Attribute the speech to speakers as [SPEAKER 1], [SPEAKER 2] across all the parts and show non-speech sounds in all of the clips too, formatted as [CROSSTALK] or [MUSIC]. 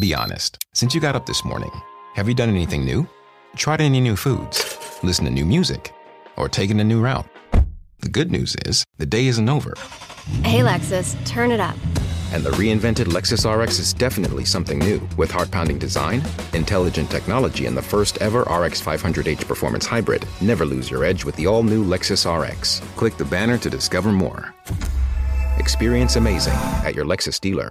[SPEAKER 1] Be honest. Since you got up this morning, have you done anything new? Tried any new foods? Listened to new music? Or taken a new route? The good news is, the day isn't over,
[SPEAKER 2] Hey, Lexus, turn it up.
[SPEAKER 1] and the reinvented Lexus RX is definitely something new with heart pounding design, intelligent technology, and the first ever RX 500h performance hybrid. Never lose your edge with the all new Lexus RX. Click the banner to discover more. Experience amazing at your Lexus dealer.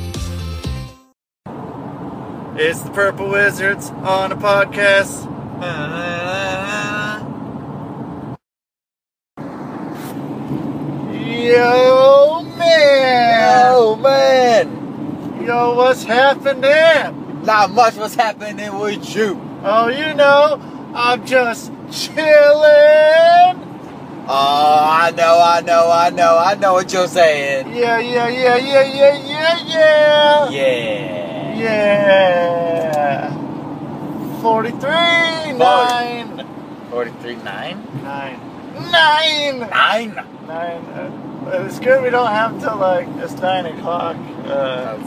[SPEAKER 3] It's the Purple Wizards on a podcast. Yo, man.
[SPEAKER 4] Oh man,
[SPEAKER 3] Yo, what's happening?
[SPEAKER 4] not much was happening with you.
[SPEAKER 3] Oh, you know, I'm just chilling.
[SPEAKER 4] Oh, I know, I know, I know, I know what you're saying.
[SPEAKER 3] Yeah, yeah, yeah, yeah, yeah, yeah, yeah.
[SPEAKER 4] Yeah.
[SPEAKER 3] Yeah. 43, 9.
[SPEAKER 4] 43 9?
[SPEAKER 3] 9. 9.
[SPEAKER 4] 9?
[SPEAKER 3] Nine. Uh, it's good we don't have to like it's nine o'clock uh,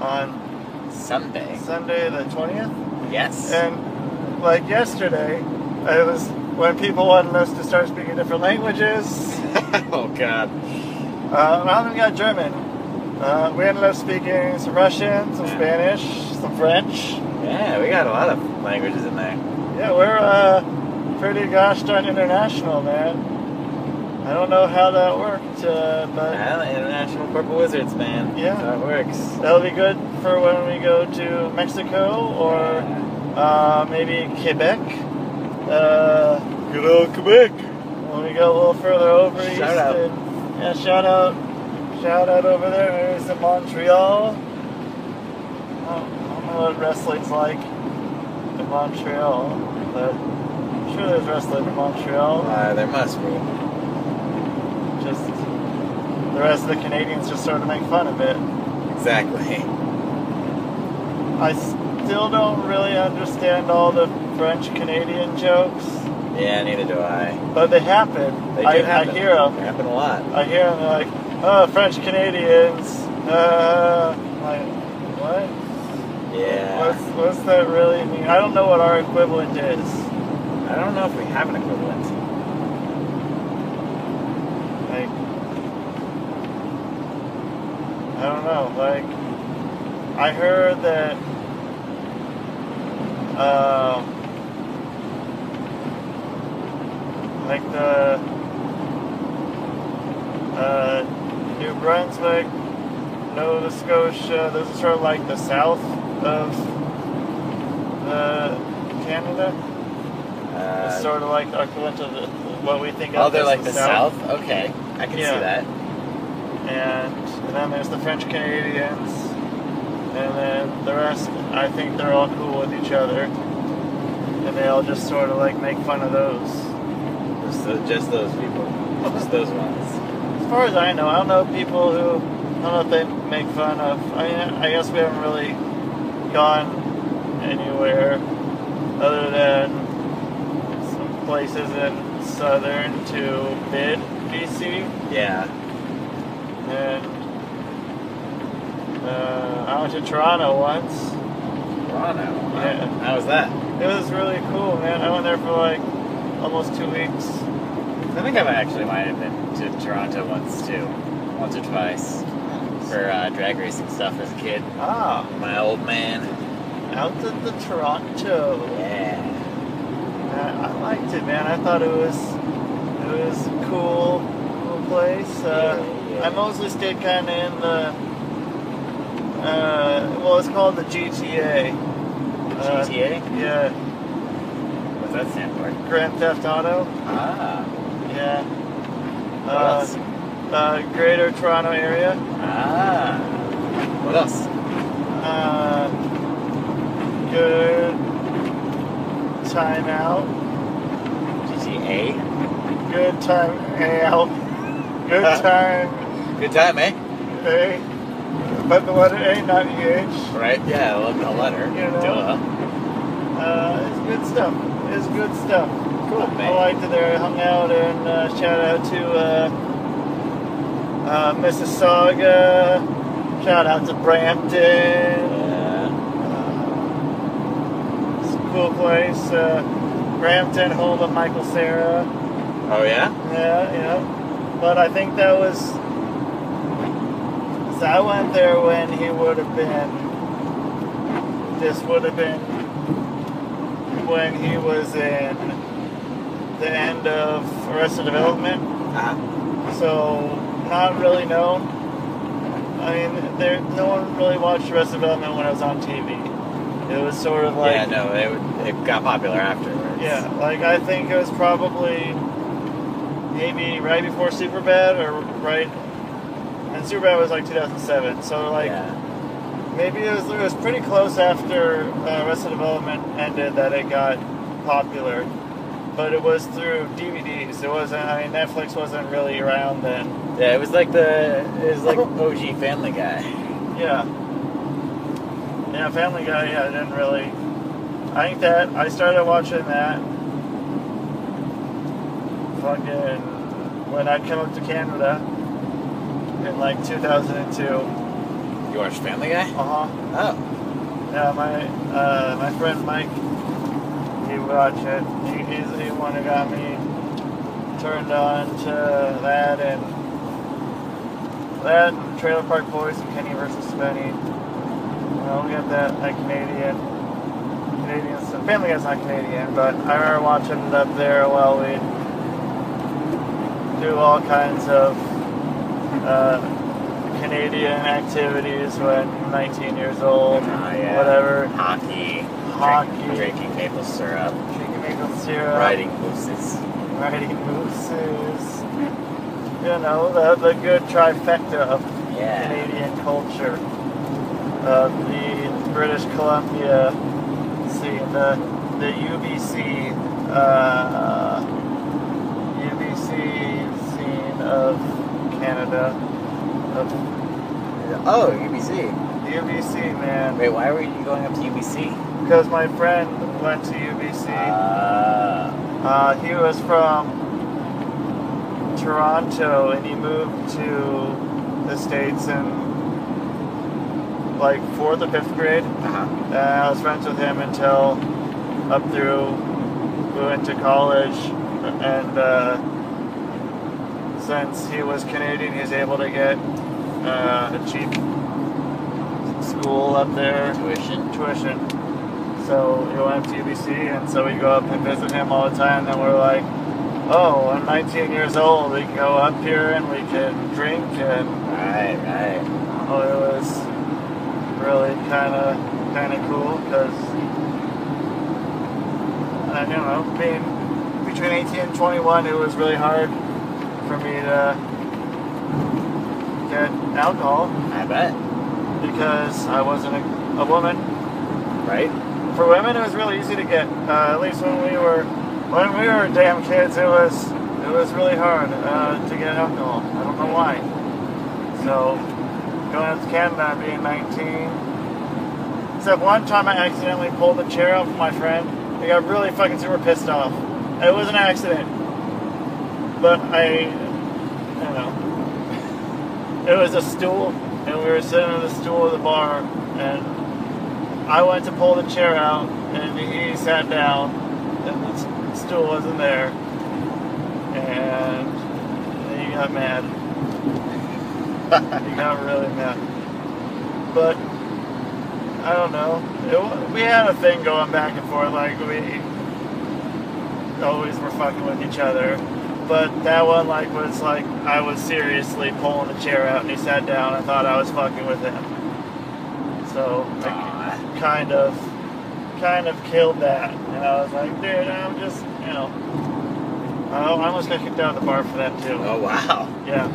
[SPEAKER 3] on
[SPEAKER 4] Sunday.
[SPEAKER 3] Sunday the twentieth, [LAUGHS]
[SPEAKER 4] Yes.
[SPEAKER 3] and like yesterday, it was when people wanted us to start speaking different languages.
[SPEAKER 4] oh god.
[SPEAKER 3] Uh, none of them got German. Uh, we ended up speaking some Russian, some Spanish, some French.
[SPEAKER 4] Yeah, we got a lot of languages in there.
[SPEAKER 3] Yeah, we're uh, pretty gosh darn international, man. I don't know how that worked, uh, but.
[SPEAKER 4] Well, International Purple Wizards, man.
[SPEAKER 3] Yeah.
[SPEAKER 4] That's how it works.
[SPEAKER 3] That'll be good for when we go to Mexico or uh, maybe Quebec. Uh, good old Quebec. When we go a little further over
[SPEAKER 4] Shout
[SPEAKER 3] east,
[SPEAKER 4] out.
[SPEAKER 3] and- yeah, shout out, shout out over there. Maybe some Montreal. I don't, I don't know what wrestling's like in Montreal, but I'm sure there's wrestling in Montreal.
[SPEAKER 4] Uh, there must be.
[SPEAKER 3] Just the rest of the Canadians just sort of make fun of it.
[SPEAKER 4] Exactly. [LAUGHS]
[SPEAKER 3] I still don't really understand all the French Canadian jokes,
[SPEAKER 4] Yeah, neither do I.
[SPEAKER 3] but they happen.
[SPEAKER 4] They do
[SPEAKER 3] I,
[SPEAKER 4] happen.
[SPEAKER 3] I hear
[SPEAKER 4] They
[SPEAKER 3] them.
[SPEAKER 4] happen a lot.
[SPEAKER 3] I hear them like, oh, French Canadians. Uh, like, what?
[SPEAKER 4] Yeah.
[SPEAKER 3] What's, what's that really mean? I don't know what our equivalent is.
[SPEAKER 4] I don't know if we have an equivalent.
[SPEAKER 3] Like, I don't know. Like, I heard that. Um, like the uh, New Brunswick, Nova Scotia. Those are sort of like the south of the Canada.
[SPEAKER 4] Uh,
[SPEAKER 3] It's sort of like equivalent to the, what we think of
[SPEAKER 4] Oh, they're
[SPEAKER 3] as
[SPEAKER 4] like the South? Okay. I can
[SPEAKER 3] Yeah.
[SPEAKER 4] see that.
[SPEAKER 3] and, and then there's the French Canadians, and then the rest. I think they're all cool with each other, and they all just sort of like make fun of those.
[SPEAKER 4] Just, tho- just those people. Just those ones.
[SPEAKER 3] As far as I know, I don't know people who I don't know if they make fun of. I mean, I guess we haven't really gone anywhere other than some places in southern to mid BC.
[SPEAKER 4] Yeah.
[SPEAKER 3] And uh, I went to Toronto once.
[SPEAKER 4] Toronto. Wow.
[SPEAKER 3] Yeah.
[SPEAKER 4] How was that?
[SPEAKER 3] It was really cool, man. I went there for like almost two weeks.
[SPEAKER 4] I think I've actually might have been to Toronto once too. Once or twice. For uh, drag racing stuff as a kid.
[SPEAKER 3] Ah,
[SPEAKER 4] My old man.
[SPEAKER 3] out to the Toronto.
[SPEAKER 4] Yeah.
[SPEAKER 3] Man, I liked it, man. I thought it was it was a cool, cool place. Uh,
[SPEAKER 4] Yeah, yeah.
[SPEAKER 3] I mostly stayed kind of in the uh, well, it's called the GTA. Uh,
[SPEAKER 4] GTA?
[SPEAKER 3] yeah,
[SPEAKER 4] What's that stand for?
[SPEAKER 3] Grand Theft Auto.
[SPEAKER 4] Ah.
[SPEAKER 3] Yeah.
[SPEAKER 4] What
[SPEAKER 3] Uh,
[SPEAKER 4] else?
[SPEAKER 3] uh, Greater Toronto area.
[SPEAKER 4] Ah. What else?
[SPEAKER 3] Uh, uh, good time out.
[SPEAKER 4] GTA.
[SPEAKER 3] Good time out. Good
[SPEAKER 4] [LAUGHS]
[SPEAKER 3] time
[SPEAKER 4] Good time, eh?
[SPEAKER 3] A. But the letter A, not EH.
[SPEAKER 4] Right? Yeah, I love the letter.
[SPEAKER 3] You know.
[SPEAKER 4] Duh.
[SPEAKER 3] Uh, it's good stuff. It's good stuff.
[SPEAKER 4] Cool,
[SPEAKER 3] I
[SPEAKER 4] man.
[SPEAKER 3] liked it there. I hung out and uh, shout out to uh, uh, Mississauga. Shout out to Brampton.
[SPEAKER 4] Yeah.
[SPEAKER 3] Uh, it's a cool place. Uh, Brampton, home of Michael Sarah.
[SPEAKER 4] Oh, yeah?
[SPEAKER 3] Yeah, yeah. But I think that was. So I went there when he would have been. This would have been when he was in the end of Arrested Development.
[SPEAKER 4] Ah.
[SPEAKER 3] So not really known. I mean, there no one really watched Arrested Development when I was on TV. It was sort of like
[SPEAKER 4] yeah, no, they, would- it got popular afterwards.
[SPEAKER 3] yeah, like I think it was probably maybe right before Superbad or right, and Superbad was like 2007. So like
[SPEAKER 4] yeah.
[SPEAKER 3] maybe it was it was pretty close after uh, Arrested Development ended that it got popular, but it was through DVDs. It wasn't. I mean, Netflix wasn't really around then.
[SPEAKER 4] Yeah, it was like the, it was like OG Family Guy.
[SPEAKER 3] Yeah. Yeah, Family Guy, yeah, I didn't really. I think that I started watching that. Fucking. When I came up to Canada in like 2002. Uh
[SPEAKER 4] You watched Family Guy?
[SPEAKER 3] huh.
[SPEAKER 4] Oh.
[SPEAKER 3] Uh-huh. Yeah, my uh, my friend Mike, he watched it. He, he's the one who got me turned on to that and that and Trailer Park Boys and Kenny versus Spenny. Well, we got that like Canadian, Canadian stuff. Family Guy's not Canadian, but I remember watching it up there while we do all kinds of uh, Canadian activities when 19 years old,
[SPEAKER 4] Ah, yeah.
[SPEAKER 3] whatever.
[SPEAKER 4] Hockey.
[SPEAKER 3] Hockey.
[SPEAKER 4] Drinking, drinking maple syrup.
[SPEAKER 3] Drinking maple syrup.
[SPEAKER 4] Riding horses.
[SPEAKER 3] Riding [LAUGHS] mooses. You know, the, the good trifecta of
[SPEAKER 4] Yeah.
[SPEAKER 3] Canadian culture. Of the British Columbia scene, the, the UBC, uh, UBC scene of Canada. Of
[SPEAKER 4] Oh, UBC.
[SPEAKER 3] the UBC, man.
[SPEAKER 4] Wait, why were you going up to UBC?
[SPEAKER 3] Because my friend went to UBC.
[SPEAKER 4] Uh,
[SPEAKER 3] Uh, he was from Toronto and he moved to the States in like fourth or fifth grade.
[SPEAKER 4] uh-huh.
[SPEAKER 3] And I was friends with him until up through we went to college. And uh, since he was Canadian, he was able to get uh, a cheap school up there
[SPEAKER 4] Tuition?
[SPEAKER 3] tuition. So he went to UBC, and so we go up and visit him all the time. And we're like, oh, I'm 19 years old. We can go up here and we can drink. And
[SPEAKER 4] Right, right.
[SPEAKER 3] oh, it was really kind of kind of cool because I don't know, being between 18 and 21, it was really hard for me to get alcohol
[SPEAKER 4] I bet.
[SPEAKER 3] because I wasn't a, a woman.
[SPEAKER 4] Right?
[SPEAKER 3] For women, it was really easy to get. Uh, at least when we were when we were damn kids, it was it was really hard uh, to get alcohol. I don't know why. So going up to Canada, and being 19. Except one time, I accidentally pulled the chair up for my friend. I got really fucking super pissed off. It was an accident, but I, I don't know. [LAUGHS] It was a stool, and we were sitting on the stool at the bar, and I went to pull the chair out, and he sat down, and the s- stool wasn't there, and he got mad. he got really mad. But I don't know. It, wa- we had a thing going back and forth, like we always were fucking with each other. But that one, like, was like I was seriously pulling the chair out, and he sat down and thought I was fucking with him. So. I-
[SPEAKER 4] Aw.
[SPEAKER 3] kind of kind of killed that and I was like, dude, I'm just you know I I almost got kicked out of the bar for that too.
[SPEAKER 4] Oh, wow.
[SPEAKER 3] Yeah.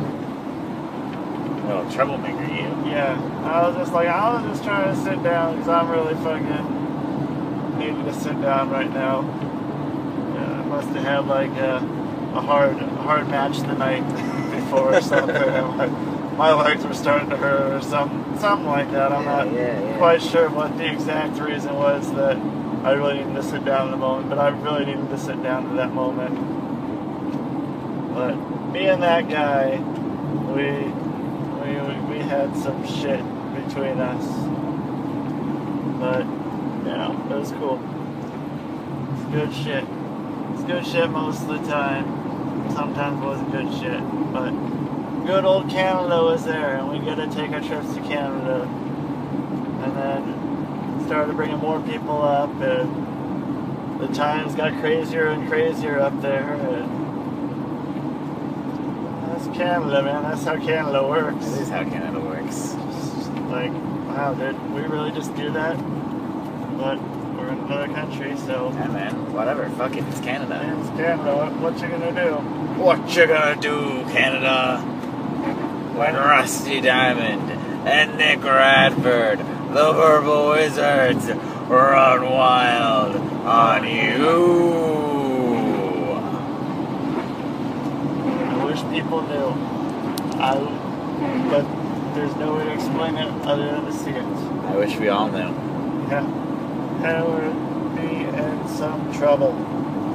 [SPEAKER 4] Little troublemaker, you.
[SPEAKER 3] Yeah, I was just like, I was just trying to sit down because I'm really fucking needing to sit down right now. Yeah, I must have had like a, a hard hard match the night before or
[SPEAKER 4] [LAUGHS]
[SPEAKER 3] something. I'm like, my legs were starting to hurt or something, something like that. I'm
[SPEAKER 4] Yeah,
[SPEAKER 3] not
[SPEAKER 4] yeah, yeah.
[SPEAKER 3] quite sure what the exact reason was that I really needed to sit down in the moment, but I really needed to sit down to that moment. But being that guy, we we we had some shit between us. But yeah, it was cool. It's good shit. It's good shit most of the time. Sometimes it wasn't good shit, but good old Canada was there, and we got to take our trips to Canada, and then started bringing more people up, and the times got crazier and crazier up there. And that's Canada, man. That's how Canada works.
[SPEAKER 4] This is how Canada works.
[SPEAKER 3] Like, wow, did we really just do that? But we're in another country, so
[SPEAKER 4] Yeah, man. Whatever. Fuck it. It's Canada.
[SPEAKER 3] it's Canada. What, what you gonna do?
[SPEAKER 4] What you gonna do, Canada? When Rusty Diamond and Nick Radford, the Verbal Wizards, run wild on you.
[SPEAKER 3] I wish people knew. I, but there's no way to explain it other than to see it.
[SPEAKER 4] I wish we all knew.
[SPEAKER 3] Yeah, I would be in some trouble.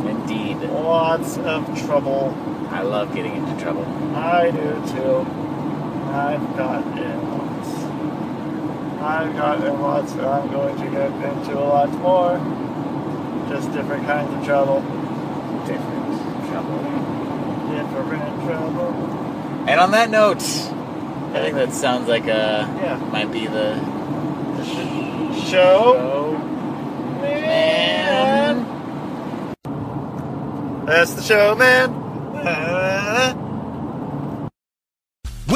[SPEAKER 4] Indeed.
[SPEAKER 3] Lots of trouble.
[SPEAKER 4] I love getting into trouble.
[SPEAKER 3] I do too. I've got in lots. I've got in lots, and I'm going to get into a lot more. Just different kinds of trouble.
[SPEAKER 4] Different trouble.
[SPEAKER 3] Different trouble.
[SPEAKER 4] And on that note, I think that sounds like a.
[SPEAKER 3] Yeah.
[SPEAKER 4] Might be the.
[SPEAKER 3] Show.
[SPEAKER 4] Oh,
[SPEAKER 3] Man. That's the show, man. [LAUGHS]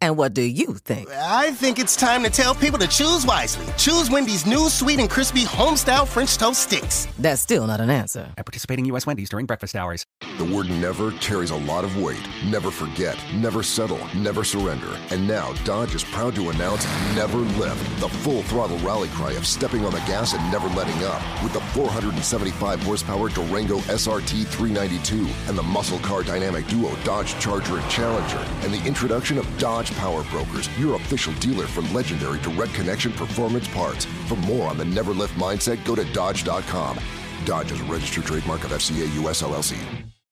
[SPEAKER 5] And what do you think?
[SPEAKER 6] I think it's time to tell people to choose wisely. Choose Wendy's new sweet and crispy homestyle French toast sticks.
[SPEAKER 5] That's still not an answer.
[SPEAKER 7] At participating U.S. Wendy's during breakfast hours.
[SPEAKER 8] The word never carries a lot of weight. Never forget, never settle, never surrender. And now Dodge is proud to announce Never Lift, the full throttle rally cry of stepping on the gas and never letting up. With the 475 horsepower Durango SRT 392 and the muscle car dynamic duo Dodge Charger and Challenger, and the introduction of Dodge Power Brokers, your official dealer for legendary direct connection performance parts. For more on the Never Lift mindset, go to Dodge.com. Dodge is a registered trademark of FCA US LLC.